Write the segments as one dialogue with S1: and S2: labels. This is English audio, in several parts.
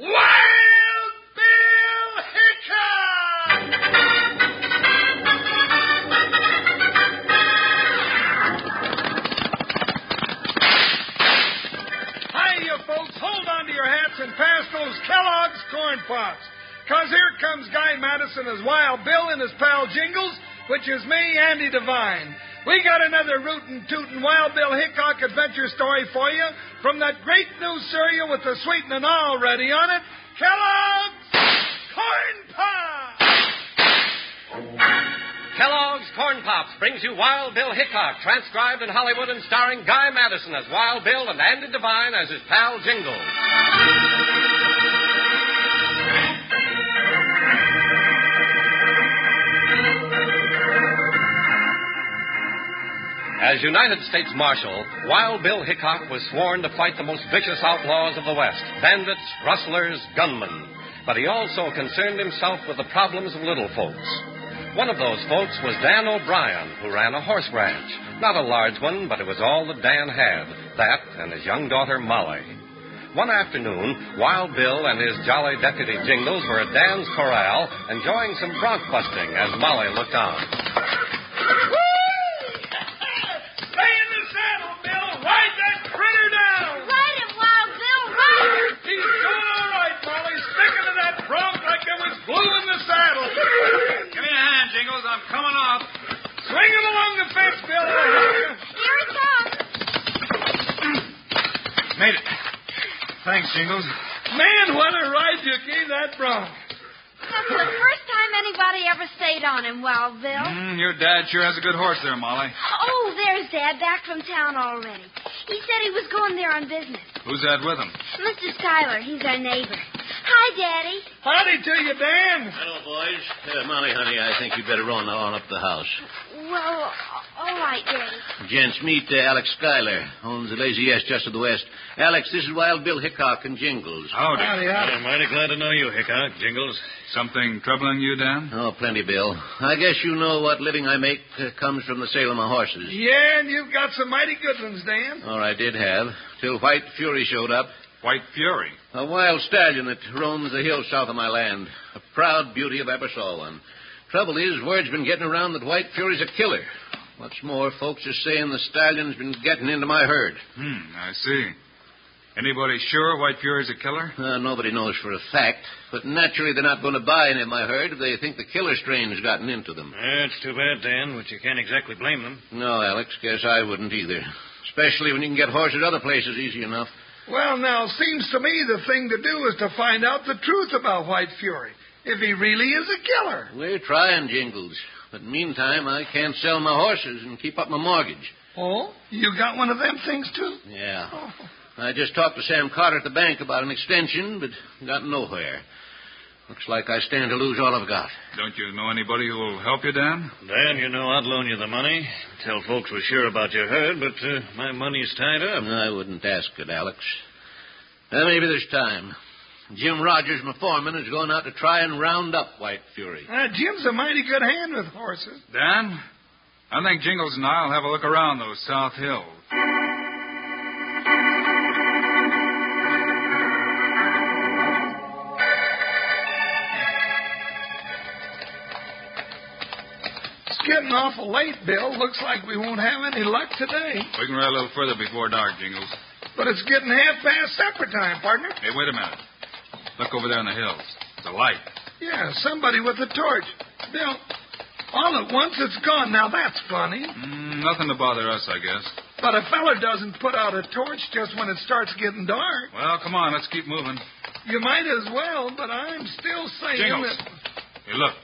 S1: Wild Bill Hi, you folks. Hold on to your hats and pass those Kellogg's corn pops. Because here comes Guy Madison as Wild Bill and his pal Jingles, which is me, Andy Devine. We got another rootin' tootin' Wild Bill Hickok adventure story for you from that great new cereal with the sweetening already on it, Kellogg's Corn Pops!
S2: Kellogg's Corn Pops brings you Wild Bill Hickok, transcribed in Hollywood and starring Guy Madison as Wild Bill and Andy Devine as his pal Jingle. As United States Marshal, Wild Bill Hickok was sworn to fight the most vicious outlaws of the West bandits, rustlers, gunmen. But he also concerned himself with the problems of little folks. One of those folks was Dan O'Brien, who ran a horse ranch. Not a large one, but it was all that Dan had that and his young daughter, Molly. One afternoon, Wild Bill and his jolly deputy Jingles were at Dan's corral enjoying some bronc busting as Molly looked on.
S1: Stay in the saddle, Bill. Ride that critter down.
S3: Ride it, Wild Bill, ride!
S1: He's doing all right, Molly. Sticking to that bronc like there was glue in the saddle. Give me a hand, Jingles. I'm coming off. Swing him along the fence, Bill.
S3: Here it comes!
S1: Made it. Thanks, Jingles. Man, what a ride you gave that bronc.
S3: That's the first time anybody ever stayed on him, Wild Bill.
S1: Mm, your dad sure has a good horse there, Molly.
S3: Oh, there's Dad back from town already. He said he was going there on business.
S1: Who's that with him?
S3: Mr. Schuyler, he's our neighbor. Hi, Daddy.
S1: Howdy to you, Dan.
S4: Hello, boys. Uh, Molly, honey, I think you better run on up the house.
S3: Well, all right, Daddy.
S4: Gents, meet uh, Alex Schuyler, owns the Lazy S just to the west. Alex, this is Wild Bill Hickok and Jingles.
S1: Howdy. Howdy, howdy.
S4: mighty glad to know you, Hickok, Jingles.
S5: Something troubling you, Dan?
S4: Oh, plenty, Bill. I guess you know what living I make uh, comes from the sale of my horses.
S1: Yeah, and you've got some mighty good ones, Dan.
S4: Or I did have, till White Fury showed up.
S5: White Fury.
S4: A wild stallion that roams the hills south of my land. A proud beauty if I ever saw one. Trouble is, word's been getting around that White Fury's a killer. What's more, folks are saying the stallion's been getting into my herd.
S5: Hmm, I see. Anybody sure White Fury's a killer?
S4: Uh, nobody knows for a fact, but naturally they're not going to buy any of my herd if they think the killer strain's gotten into them.
S2: That's too bad, Dan, but you can't exactly blame them.
S4: No, Alex, guess I wouldn't either. Especially when you can get horses other places easy enough.
S1: Well, now, seems to me the thing to do is to find out the truth about White Fury. If he really is a killer.
S4: We're trying, Jingles. But meantime, I can't sell my horses and keep up my mortgage.
S1: Oh? You got one of them things, too?
S4: Yeah.
S1: Oh.
S4: I just talked to Sam Carter at the bank about an extension, but got nowhere. Looks like I stand to lose all I've got.
S5: Don't you know anybody who will help you, Dan?
S2: Dan, you know I'd loan you the money. Tell folks we're sure about your herd, but uh, my money's tied up.
S4: I wouldn't ask it, Alex. Uh, maybe there's time. Jim Rogers, my foreman, is going out to try and round up White Fury.
S1: Uh, Jim's a mighty good hand with horses.
S5: Dan? I think Jingles and I'll have a look around those South Hills.
S1: It's getting awful late, Bill. Looks like we won't have any luck today.
S5: We can ride a little further before dark, Jingles.
S1: But it's getting half past supper time, partner.
S5: Hey, wait a minute. Look over there on the hills. It's a light.
S1: Yeah, somebody with a torch. Bill, all at once it's gone. Now that's funny.
S5: Mm, nothing to bother us, I guess.
S1: But a feller doesn't put out a torch just when it starts getting dark.
S5: Well, come on, let's keep moving.
S1: You might as well, but I'm still saying
S5: Jingles.
S1: that.
S5: Hey, look.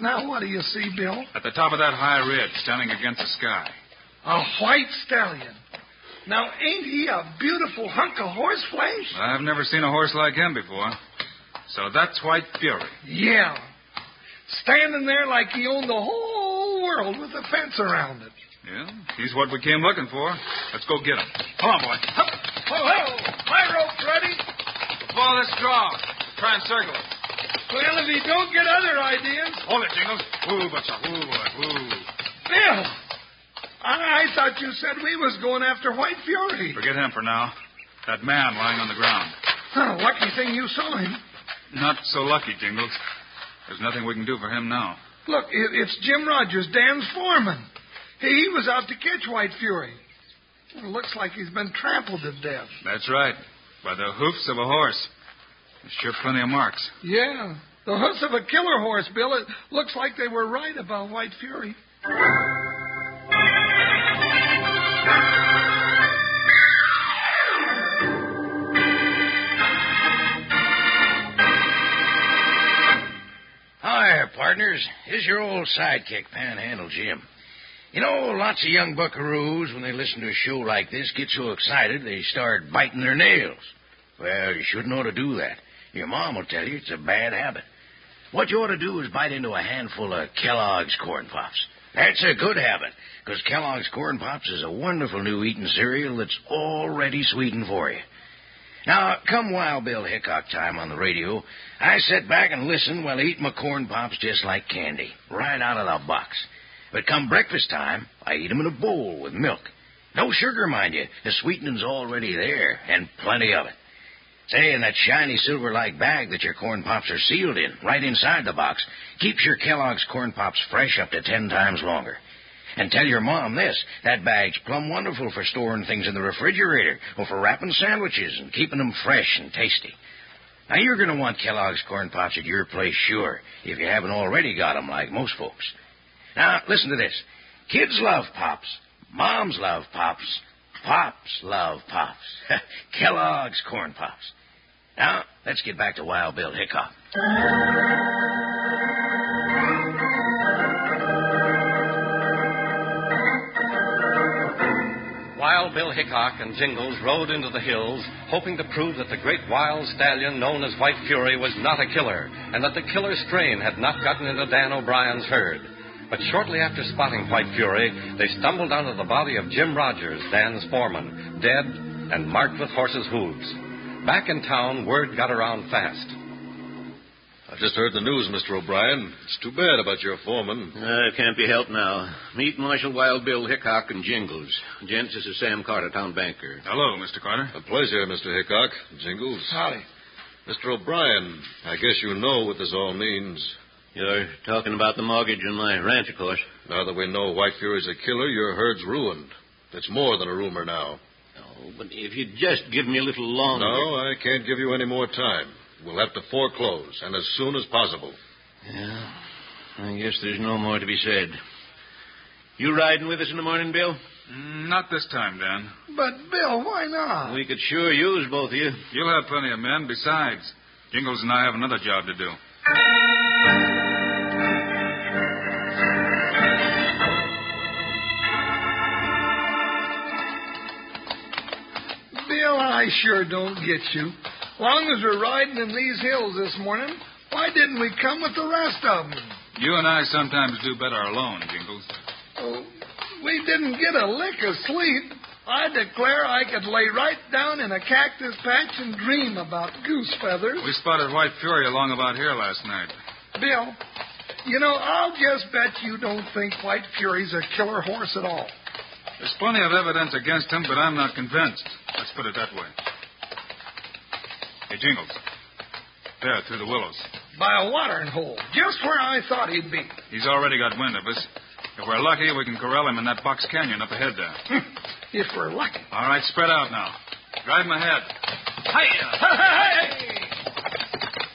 S1: Now what do you see, Bill?
S5: At the top of that high ridge, standing against the sky.
S1: A white stallion. Now ain't he a beautiful hunk of horse flesh?
S5: I've never seen a horse like him before. So that's White Fury.
S1: Yeah. Standing there like he owned the whole world with a fence around it.
S5: Yeah, he's what we came looking for. Let's go get him. Come on, Oh, boy.
S1: Hup. Ho, ho. My rope's ready.
S5: Follow this draw. Try and circle it.
S1: Well, if you don't get other ideas,
S5: Hold it, Jingles. Ooh, but ooh, boy, ooh.
S1: Bill. I, I thought you said we was going after White Fury.
S5: Forget him for now. That man lying on the ground.
S1: Huh, lucky thing you saw him.
S5: Not so lucky, Jingles. There's nothing we can do for him now.
S1: Look, it, it's Jim Rogers, Dan's foreman. He, he was out to catch White Fury. Well, looks like he's been trampled to death.
S5: That's right. By the hoofs of a horse. There's sure plenty of marks.
S1: Yeah. The hoofs of a killer horse, Bill. It looks like they were right about White Fury.
S6: Hiya, partners. Here's your old sidekick, Panhandle Jim. You know, lots of young buckaroos, when they listen to a show like this, get so excited they start biting their nails. Well, you shouldn't ought to do that. Your mom will tell you it's a bad habit. What you ought to do is bite into a handful of Kellogg's Corn Pops. That's a good habit, because Kellogg's Corn Pops is a wonderful new eating cereal that's already sweetened for you. Now, come Wild Bill Hickok time on the radio, I sit back and listen while I eat my corn pops just like candy, right out of the box. But come breakfast time, I eat 'em in a bowl with milk. No sugar, mind you. The sweetening's already there, and plenty of it. Say, in that shiny silver-like bag that your corn pops are sealed in, right inside the box, keeps your Kellogg's corn pops fresh up to ten times longer. And tell your mom this that bag's plumb wonderful for storing things in the refrigerator or for wrapping sandwiches and keeping 'em fresh and tasty. Now, you're going to want Kellogg's Corn Pops at your place, sure, if you haven't already got 'em like most folks. Now, listen to this kids love Pops, moms love Pops, Pops love Pops. Kellogg's Corn Pops. Now, let's get back to Wild Bill Hickok.
S2: While Bill Hickok and Jingles rode into the hills, hoping to prove that the great wild stallion known as White Fury was not a killer, and that the killer strain had not gotten into Dan O'Brien's herd. But shortly after spotting White Fury, they stumbled onto the body of Jim Rogers, Dan's foreman, dead and marked with horses' hooves. Back in town, word got around fast.
S7: I just heard the news, Mr. O'Brien. It's too bad about your foreman.
S4: Uh, it can't be helped now. Meet Marshal Wild Bill Hickok and Jingles. Gents, this is Sam Carter, town banker.
S5: Hello, Mr. Carter.
S7: A pleasure, Mr. Hickok. Jingles.
S1: Howdy.
S7: Mr. O'Brien, I guess you know what this all means.
S4: You're talking about the mortgage on my ranch, of course.
S7: Now that we know White Fury's a killer, your herd's ruined. It's more than a rumor now.
S4: Oh, but if you'd just give me a little longer.
S7: No, I can't give you any more time. We'll have to foreclose, and as soon as possible.
S4: Yeah. I guess there's no more to be said. You riding with us in the morning, Bill?
S5: Mm, not this time, Dan.
S1: But, Bill, why not?
S4: We could sure use both of you.
S5: You'll have plenty of men. Besides, Jingles and I have another job to do.
S1: Bill, I sure don't get you. Long as we're riding in these hills this morning, why didn't we come with the rest of them?
S5: You and I sometimes do better alone, Jingles.
S1: Oh, we didn't get a lick of sleep. I declare I could lay right down in a cactus patch and dream about goose feathers.
S5: We spotted White Fury along about here last night.
S1: Bill, you know, I'll just bet you don't think White Fury's a killer horse at all.
S5: There's plenty of evidence against him, but I'm not convinced. Let's put it that way. Hey, Jingles. There, through the willows.
S1: By a watering hole, just where I thought he'd be.
S5: He's already got wind of us. If we're Hmm. lucky, we can corral him in that box canyon up ahead there.
S1: if we're lucky.
S5: All right, spread out now. Drive him ahead.
S1: Hey!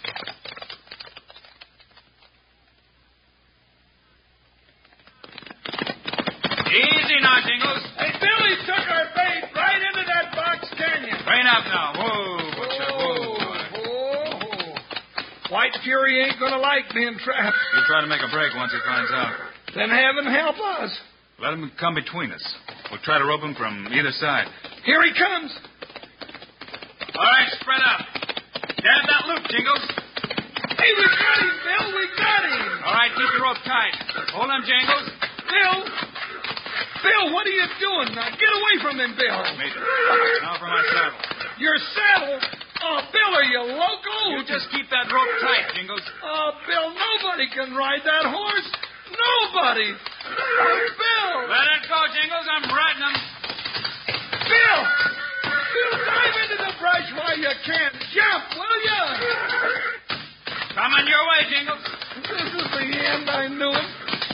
S5: Easy now, Jingles.
S1: Hey, Billy took our bait right into that box canyon.
S5: Rein up now. Whoa, Butcher. Whoa.
S1: Whoa, whoa. White Fury ain't gonna like being trapped.
S5: He'll try to make a break once he finds out.
S1: Then have him help us.
S5: Let him come between us. We'll try to rope him from either side.
S1: Here he comes.
S5: All right, spread out. Dab that loop, Jingles.
S1: Hey, we got him, Bill. We got him.
S5: All right, keep your rope tight. Hold him, Jingles.
S1: Bill. Bill, what are you doing? Now get away from him, Bill.
S5: Made it. Now for my saddle.
S1: Your saddle. Oh, Bill, are you loco?
S5: You just keep that rope tight, Jingles.
S1: Oh, Bill, nobody can ride that horse. Nobody. Oh, Bill.
S5: Let it go, Jingles. I'm riding him.
S1: Bill. Bill, dive into the brush while you can. Jump, will you?
S5: Coming your way, Jingles.
S1: This is the end. I knew it.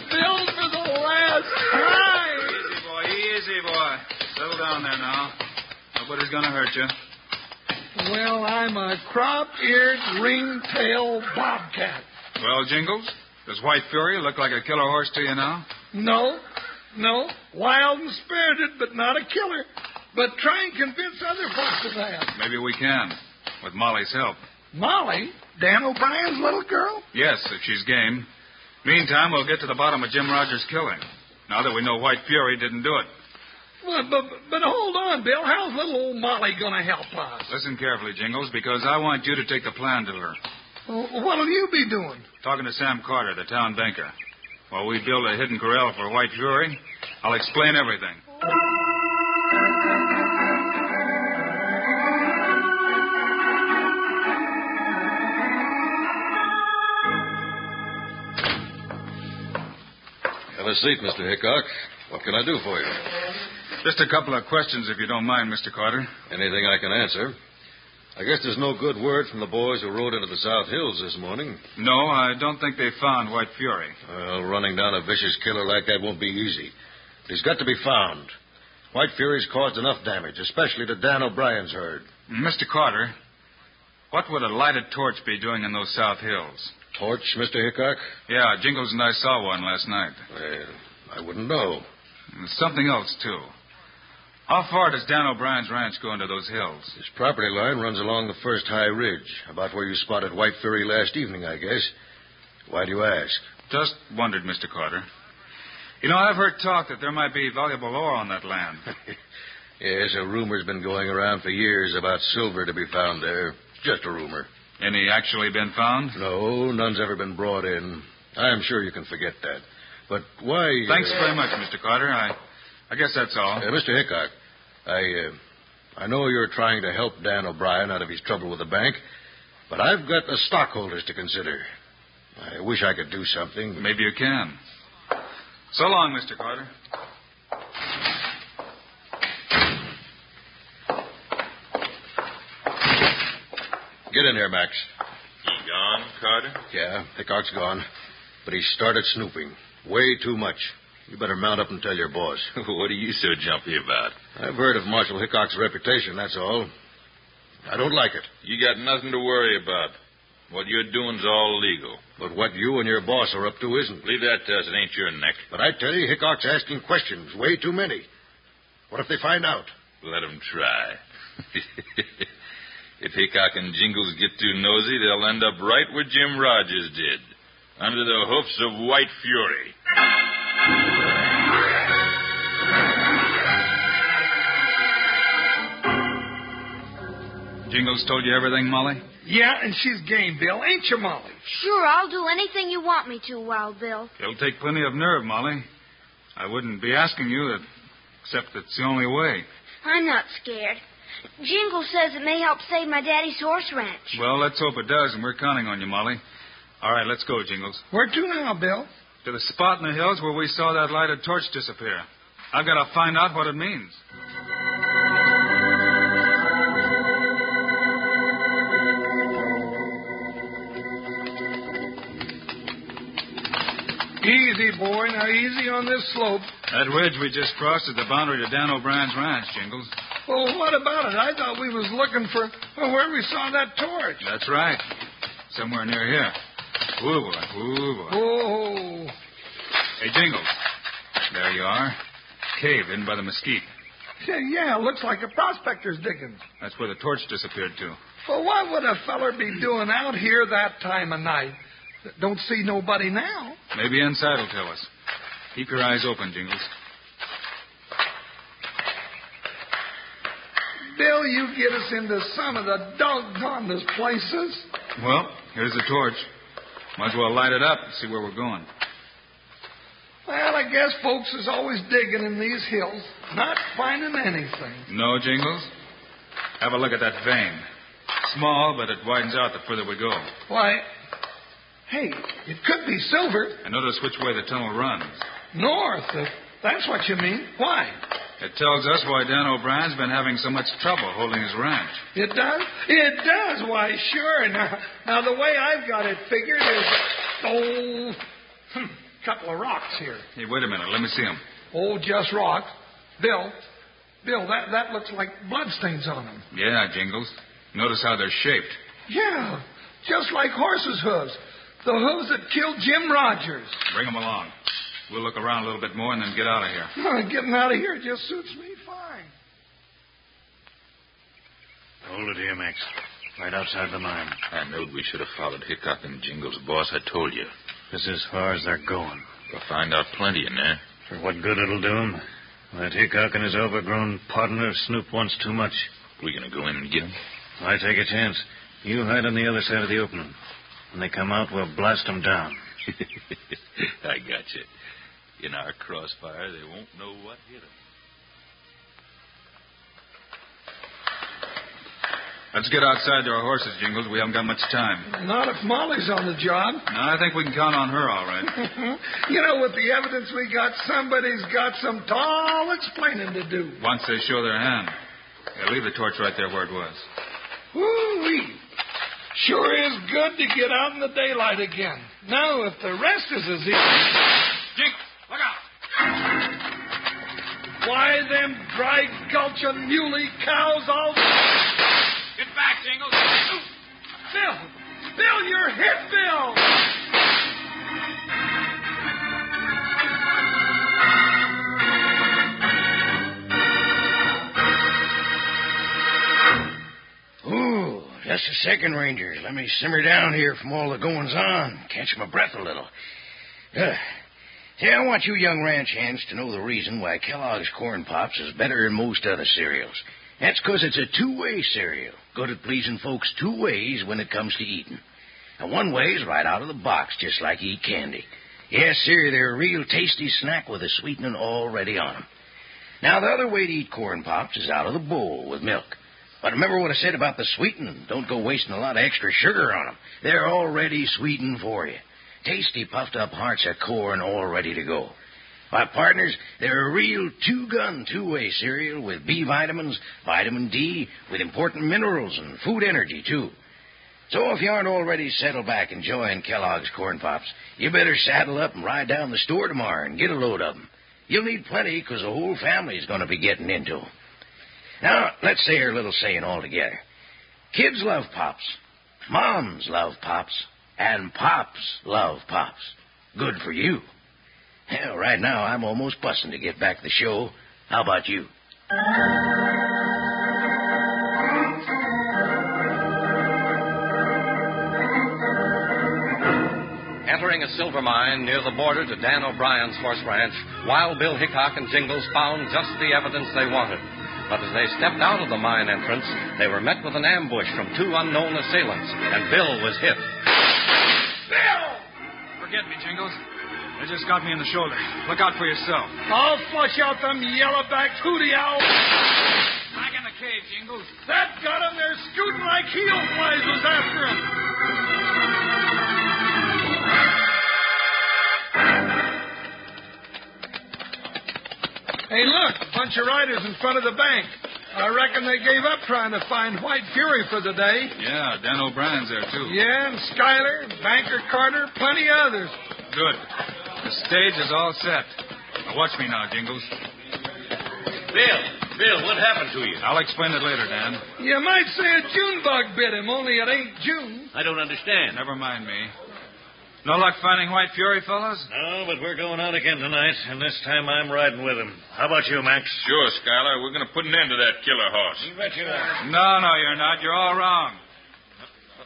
S1: Bill, for the last time.
S5: Easy, boy. Easy, boy. Settle down there now. Nobody's going to hurt you.
S1: Well, I'm a crop-eared, ring-tailed bobcat.
S5: Well, Jingles, does White Fury look like a killer horse to you now?
S1: No, no. Wild and spirited, but not a killer. But try and convince other folks of that.
S5: Maybe we can, with Molly's help.
S1: Molly, Dan O'Brien's little girl?
S5: Yes, if she's game. Meantime, we'll get to the bottom of Jim Rogers' killing. Now that we know White Fury didn't do it.
S1: Well, but, but hold on, Bill. How's little old Molly going to help us?
S5: Listen carefully, Jingles, because I want you to take the plan to her.
S1: Well, What'll you be doing?
S5: Talking to Sam Carter, the town banker. While we build a hidden corral for White Fury, I'll explain everything.
S2: Have a seat, Mr. Hickok. What can I do for you?
S5: Just a couple of questions, if you don't mind, Mr. Carter.
S2: Anything I can answer. I guess there's no good word from the boys who rode into the South Hills this morning.
S5: No, I don't think they found White Fury.
S2: Well, running down a vicious killer like that won't be easy. But he's got to be found. White Fury's caused enough damage, especially to Dan O'Brien's herd.
S5: Mr. Carter, what would a lighted torch be doing in those South Hills?
S2: Torch, Mr. Hickok?
S5: Yeah, Jingles and I saw one last night.
S2: Well, I wouldn't know.
S5: And something else, too. How far does Dan O'Brien's ranch go into those hills?
S2: His property line runs along the first high ridge, about where you spotted White Fury last evening, I guess. Why do you ask?
S5: Just wondered, Mr. Carter. You know, I've heard talk that there might be valuable ore on that land.
S2: Yes, a rumor's been going around for years about silver to be found there. Just a rumor.
S5: Any actually been found?
S2: No, none's ever been brought in. I'm sure you can forget that. But why. uh,
S5: Thanks very much, Mr. Carter. I, I guess that's all.
S2: Uh, Mr. Hickok, I, uh, I know you're trying to help Dan O'Brien out of his trouble with the bank, but I've got the stockholders to consider. I wish I could do something.
S5: Maybe you can. So long, Mr. Carter.
S2: Get in here, Max.
S6: He gone, Carter?
S2: Yeah, Hickok's gone, but he started snooping. Way too much. You better mount up and tell your boss.
S6: what are you so jumpy about?
S2: I've heard of Marshal Hickok's reputation, that's all. I don't like it.
S6: You got nothing to worry about. What you're doing's all legal.
S2: But what you and your boss are up to isn't.
S6: Leave that to us. It ain't your neck.
S2: But I tell you, Hickok's asking questions, way too many. What if they find out?
S6: Let 'em try. if Hickok and Jingles get too nosy, they'll end up right where Jim Rogers did under the hoofs of White Fury.
S5: Jingles told you everything, Molly?
S1: Yeah, and she's game, Bill. Ain't you, Molly?
S3: Sure, I'll do anything you want me to, Wild Bill.
S5: It'll take plenty of nerve, Molly. I wouldn't be asking you, that, except it's the only way.
S3: I'm not scared. Jingle says it may help save my daddy's horse ranch.
S5: Well, let's hope it does, and we're counting on you, Molly. All right, let's go, Jingles.
S1: Where to now, Bill?
S5: To the spot in the hills where we saw that lighted torch disappear. I've got to find out what it means.
S1: Easy, boy. Now, easy on this slope.
S5: That ridge we just crossed is the boundary to Dan O'Brien's ranch, Jingles.
S1: Well, what about it? I thought we was looking for well, where we saw that torch.
S5: That's right. Somewhere near here. Ooh, boy. Ooh, boy.
S1: Oh,
S5: Hey, Jingles. There you are. Cave in by the mesquite.
S1: yeah, yeah, looks like a prospector's digging.
S5: That's where the torch disappeared to.
S1: Well, what would a feller be doing out here that time of night? Don't see nobody now.
S5: Maybe inside will tell us. Keep your eyes open, Jingles.
S1: Bill, you get us into some of the doggonest places.
S5: Well, here's the torch. Might as well light it up and see where we're going.
S1: Well, I guess folks is always digging in these hills, not finding anything.
S5: No, Jingles? Have a look at that vein. Small, but it widens out the further we go.
S1: Why, hey, it could be silver
S5: And notice which way the tunnel runs.
S1: north, if that's what you mean. Why?
S5: It tells us why Dan O'Brien's been having so much trouble holding his ranch.
S1: It does? It does. Why, sure. Now, now the way I've got it figured is, oh, hmm, couple of rocks here.
S5: Hey, wait a minute. Let me see him.
S1: Oh, just rocks. Bill, Bill, that, that looks like bloodstains on them.
S5: Yeah, Jingles. Notice how they're shaped.
S1: Yeah, just like horses' hooves. The hooves that killed Jim Rogers.
S5: Bring 'em along. We'll look around a little bit more and then get out of here.
S1: Getting out of here just suits me fine.
S6: Hold it here, Max. Right outside the mine.
S8: I knowed we should have followed Hickok and Jingles, boss. I told you.
S6: This is as far as they're going.
S8: We'll find out plenty in there.
S6: For what good it'll do 'em. That Hickok and his overgrown partner snoop once too much.
S8: We gonna go in and get 'em?
S6: I take a chance. You hide on the other side of the opening. When they come out, we'll blast 'em down.
S8: I got you. In our crossfire, they won't know what hit 'em.
S5: Let's get outside to our horses, Jingles. We haven't got much time.
S1: Not if Molly's on the job.
S5: No, I think we can count on her, all right.
S1: You know, with the evidence we got, somebody's got some tall explaining to do.
S5: Once they show their hand. Yeah, leave the torch right there where it was.
S1: Woo-wee. Sure is good to get out in the daylight again. Now, if the rest is as easy,
S5: Jingles, look out!
S1: why them dry gulching muley cows all...
S5: Get back, Jingles!
S1: Bill! Bill, you're hit, Bill!
S6: Ooh, just a second, Ranger. Let me simmer down here from all the goings on. Catch my breath a little. Uh, see, I want you young ranch hands to know the reason why Kellogg's Corn Pops is better than most other cereals. That's 'cause it's a two-way cereal. Good at pleasing folks two ways when it comes to eating. And one way's right out of the box, just like you eat candy. Yes, sir, they're a real tasty snack with a sweetening already on 'em. Now, the other way to eat corn pops is out of the bowl with milk. But remember what I said about the sweetening. Don't go wasting a lot of extra sugar on 'em. They're already sweetened for you. Tasty puffed up hearts of corn all ready to go. My partners, they're a real two gun, two way cereal with B vitamins, vitamin D, with important minerals and food energy, too. So if you aren't already settled back enjoying Kellogg's Corn Pops, you better saddle up and ride down the store tomorrow and get a load of 'em. You'll need plenty 'cause the whole family's going to be getting into 'em. Now, let's say our little saying all together. Kids love pops. Moms love pops. And pops love pops. Good for you. Hell, right now I'm almost busting to get back the show. How about you?
S2: Entering a silver mine near the border to Dan O'Brien's horse ranch, Wild Bill Hickok and Jingles found just the evidence they wanted. But as they stepped out of the mine entrance, they were met with an ambush from two unknown assailants, and Bill was hit.
S1: Bill!
S5: Forget me, Jingles. They just got me in the shoulder. Look out for yourself.
S1: I'll flush out them yellow-backed hootie owls.
S5: Back in the cave, Jingles.
S1: That got 'em. They're scooting like heel flies was after 'em. Hey, look, bunch of riders in front of the bank. I reckon they gave up trying to find White Fury for the day.
S5: Yeah, Dan O'Brien's there, too.
S1: Yeah, and Schuyler, Banker Carter, plenty of others.
S5: Good. The stage is all set. Now watch me now, Jingles.
S4: Bill, Bill, what happened to you?
S5: I'll explain it later, Dan.
S1: You might say a June bug bit him, only it ain't June.
S4: I don't understand.
S5: Never mind me. No luck finding White Fury, fellas?
S6: No, but we're going out again tonight, and this time I'm riding with him. How about you, Max?
S8: Sure, Skylar. We're going to put an end to that killer horse.
S6: You bet you are.
S5: No, no, you're not. You're all wrong.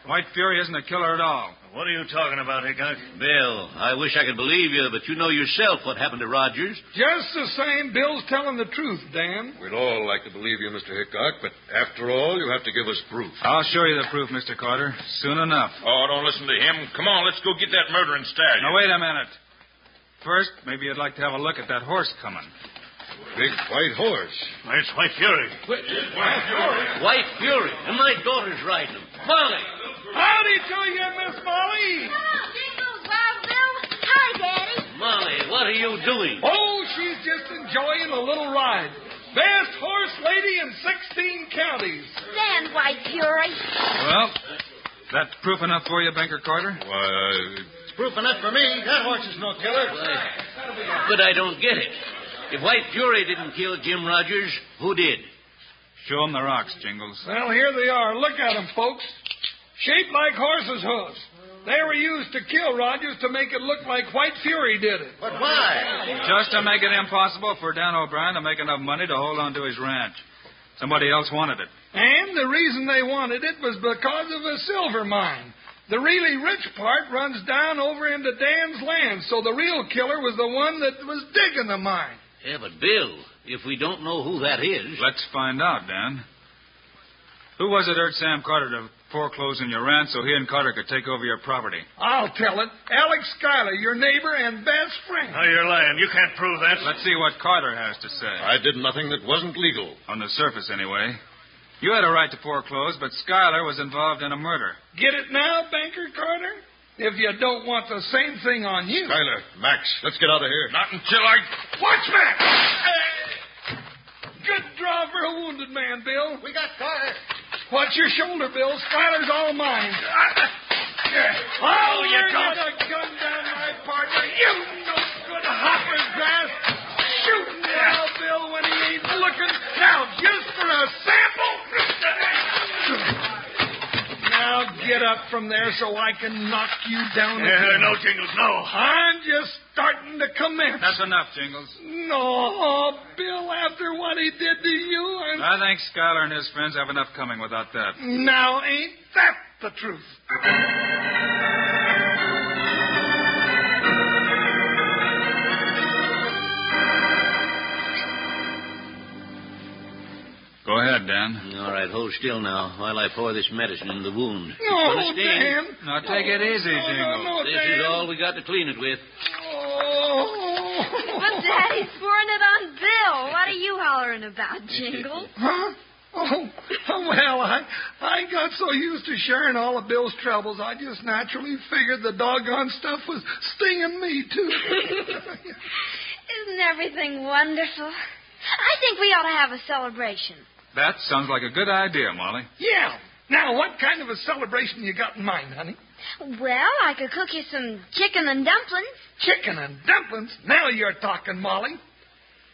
S5: White Fury isn't a killer at all.
S6: What are you talking about, Hickok?
S4: Bill, I wish I could believe you, but you know yourself what happened to Rogers.
S1: Just the same, Bill's telling the truth, Dan.
S7: We'd all like to believe you, Mr. Hickok, but after all, you have to give us proof.
S5: I'll show you the proof, Mr. Carter, soon enough.
S8: Oh, don't listen to him. Come on, let's go get that murdering stallion.
S5: Now, wait a minute. First, maybe you'd like to have a look at that horse coming.
S7: Big white horse.
S6: It's White Fury.
S4: White Fury, and my daughter's riding him. Molly!
S1: Howdy to you, Miss Molly.
S3: Hello, Jingles, Wild Bill. Hi, Daddy.
S4: Molly, what are you doing?
S1: Oh, she's just enjoying a little ride. Best horse lady in 16 counties.
S3: Stand, White Fury.
S5: Well, that proof enough for you, Banker Carter?
S7: Why,
S4: It's proof enough for me. That horse is no killer. But I don't get it. If White Fury didn't kill Jim Rogers, who did?
S5: Show 'em the rocks, Jingles.
S1: Well, here they are. Look at 'em, folks. Shaped like horses' hoofs. They were used to kill Rogers to make it look like White Fury did it.
S4: But why?
S5: Just to make it impossible for Dan O'Brien to make enough money to hold on to his ranch. Somebody else wanted it.
S1: And the reason they wanted it was because of a silver mine. The really rich part runs down over into Dan's land, so the real killer was the one that was digging the mine.
S4: Yeah, but Bill, if we don't know who that is.
S5: Let's find out, Dan. Who was it urged Sam Carter to foreclose on your ranch so he and Carter could take over your property?
S1: I'll tell it. Alex Schuyler, your neighbor and best friend.
S6: No, you're lying. You can't prove that.
S5: Let's see what Carter has to say.
S7: I did nothing that wasn't legal.
S5: On the surface, anyway. You had a right to foreclose, but Schuyler was involved in a murder.
S1: Get it now, Banker Carter? If you don't want the same thing on you.
S7: Tyler, Max, let's get out of here.
S8: Not until I.
S1: Watch back! Eh, Good draw for a wounded man, Bill.
S4: We got Carter.
S1: Watch your shoulder, Bill. Skyler's all mine. Oh, you got a gun down my partner. You no good hopper's grass. Shooting now, Bill, when he ain't looking. Now, just for a sample. Now get up from there so I can knock you down.
S6: Yeah,
S1: again.
S6: no, Jingles, no.
S1: I'm just starting to commence.
S5: That's enough, Jingles.
S1: No, oh, Bill, after what he did to you, I'm...
S5: I think Schuyler and his friends have enough coming without that.
S1: Now, ain't that the truth?
S5: Go ahead, Dan.
S4: All right, hold still now while I pour this medicine into the wound.
S1: No,
S4: Wanna sting?
S1: Oh, Dan. Oh,
S5: Now take it easy,
S1: No, no,
S5: Jingles.
S1: no,
S4: This
S1: Dan.
S4: is all we got to clean it with.
S1: Oh.
S3: But Daddy's pouring it on Bill. What are you hollering about, Jingles?
S1: Huh? Oh, well, I, I got so used to sharing all of Bill's troubles, I just naturally figured the doggone stuff was stinging me, too.
S3: Isn't everything wonderful? I think we ought to have a celebration.
S5: That sounds like a good idea, Molly.
S1: yeah. Now, what kind of a celebration you got in mind, honey?
S3: Well, I could cook you some chicken and dumplings.
S1: Chicken and dumplings? Now you're talking, Molly.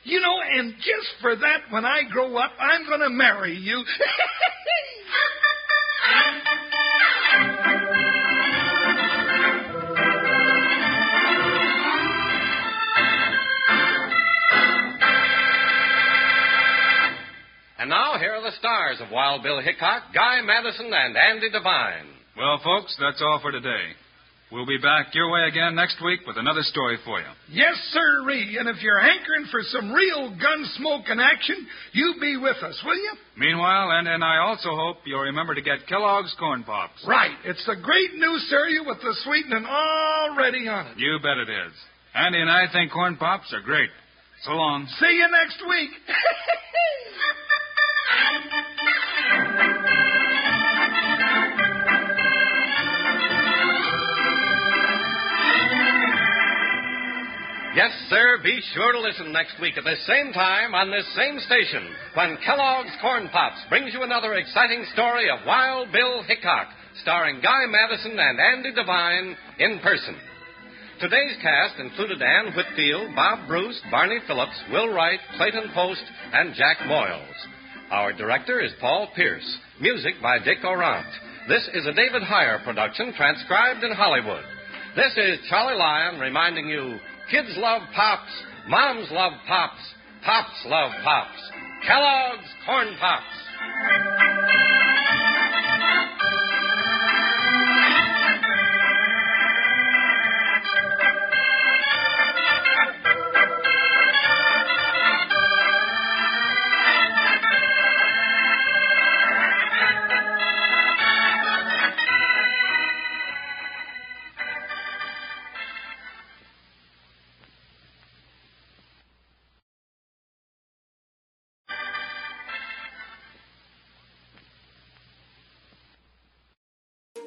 S1: You know, and just for that, when I grow up, I'm going to marry you.
S2: And now, here are the stars of Wild Bill Hickok, Guy Madison, and Andy Devine.
S5: Well, folks, that's all for today. We'll be back your way again next week with another story for you.
S1: yes, sirree. And if you're hankering for some real gun smoke and action, you be with us, will you?
S5: Meanwhile, Andy and I also hope you'll remember to get Kellogg's Corn Pops.
S1: Right. It's a great new cereal with the sweetening already on it.
S5: You bet it is. Andy and I think Corn Pops are great. So long.
S1: See you next week.
S2: Yes, sir, be sure to listen next week at this same time on this same station when Kellogg's Corn Pops brings you another exciting story of Wild Bill Hickok, starring Guy Madison and Andy Devine in person. Today's cast included Ann Whitfield, Bob Bruce, Barney Phillips, Will Wright, Clayton Post, and Jack Moyles. Our director is Paul Pierce. Music by Dick Orant. This is a David Heyer production transcribed in Hollywood. This is Charlie Lyon reminding you kids love pops, moms love pops, pops love pops. Kellogg's Corn Pops.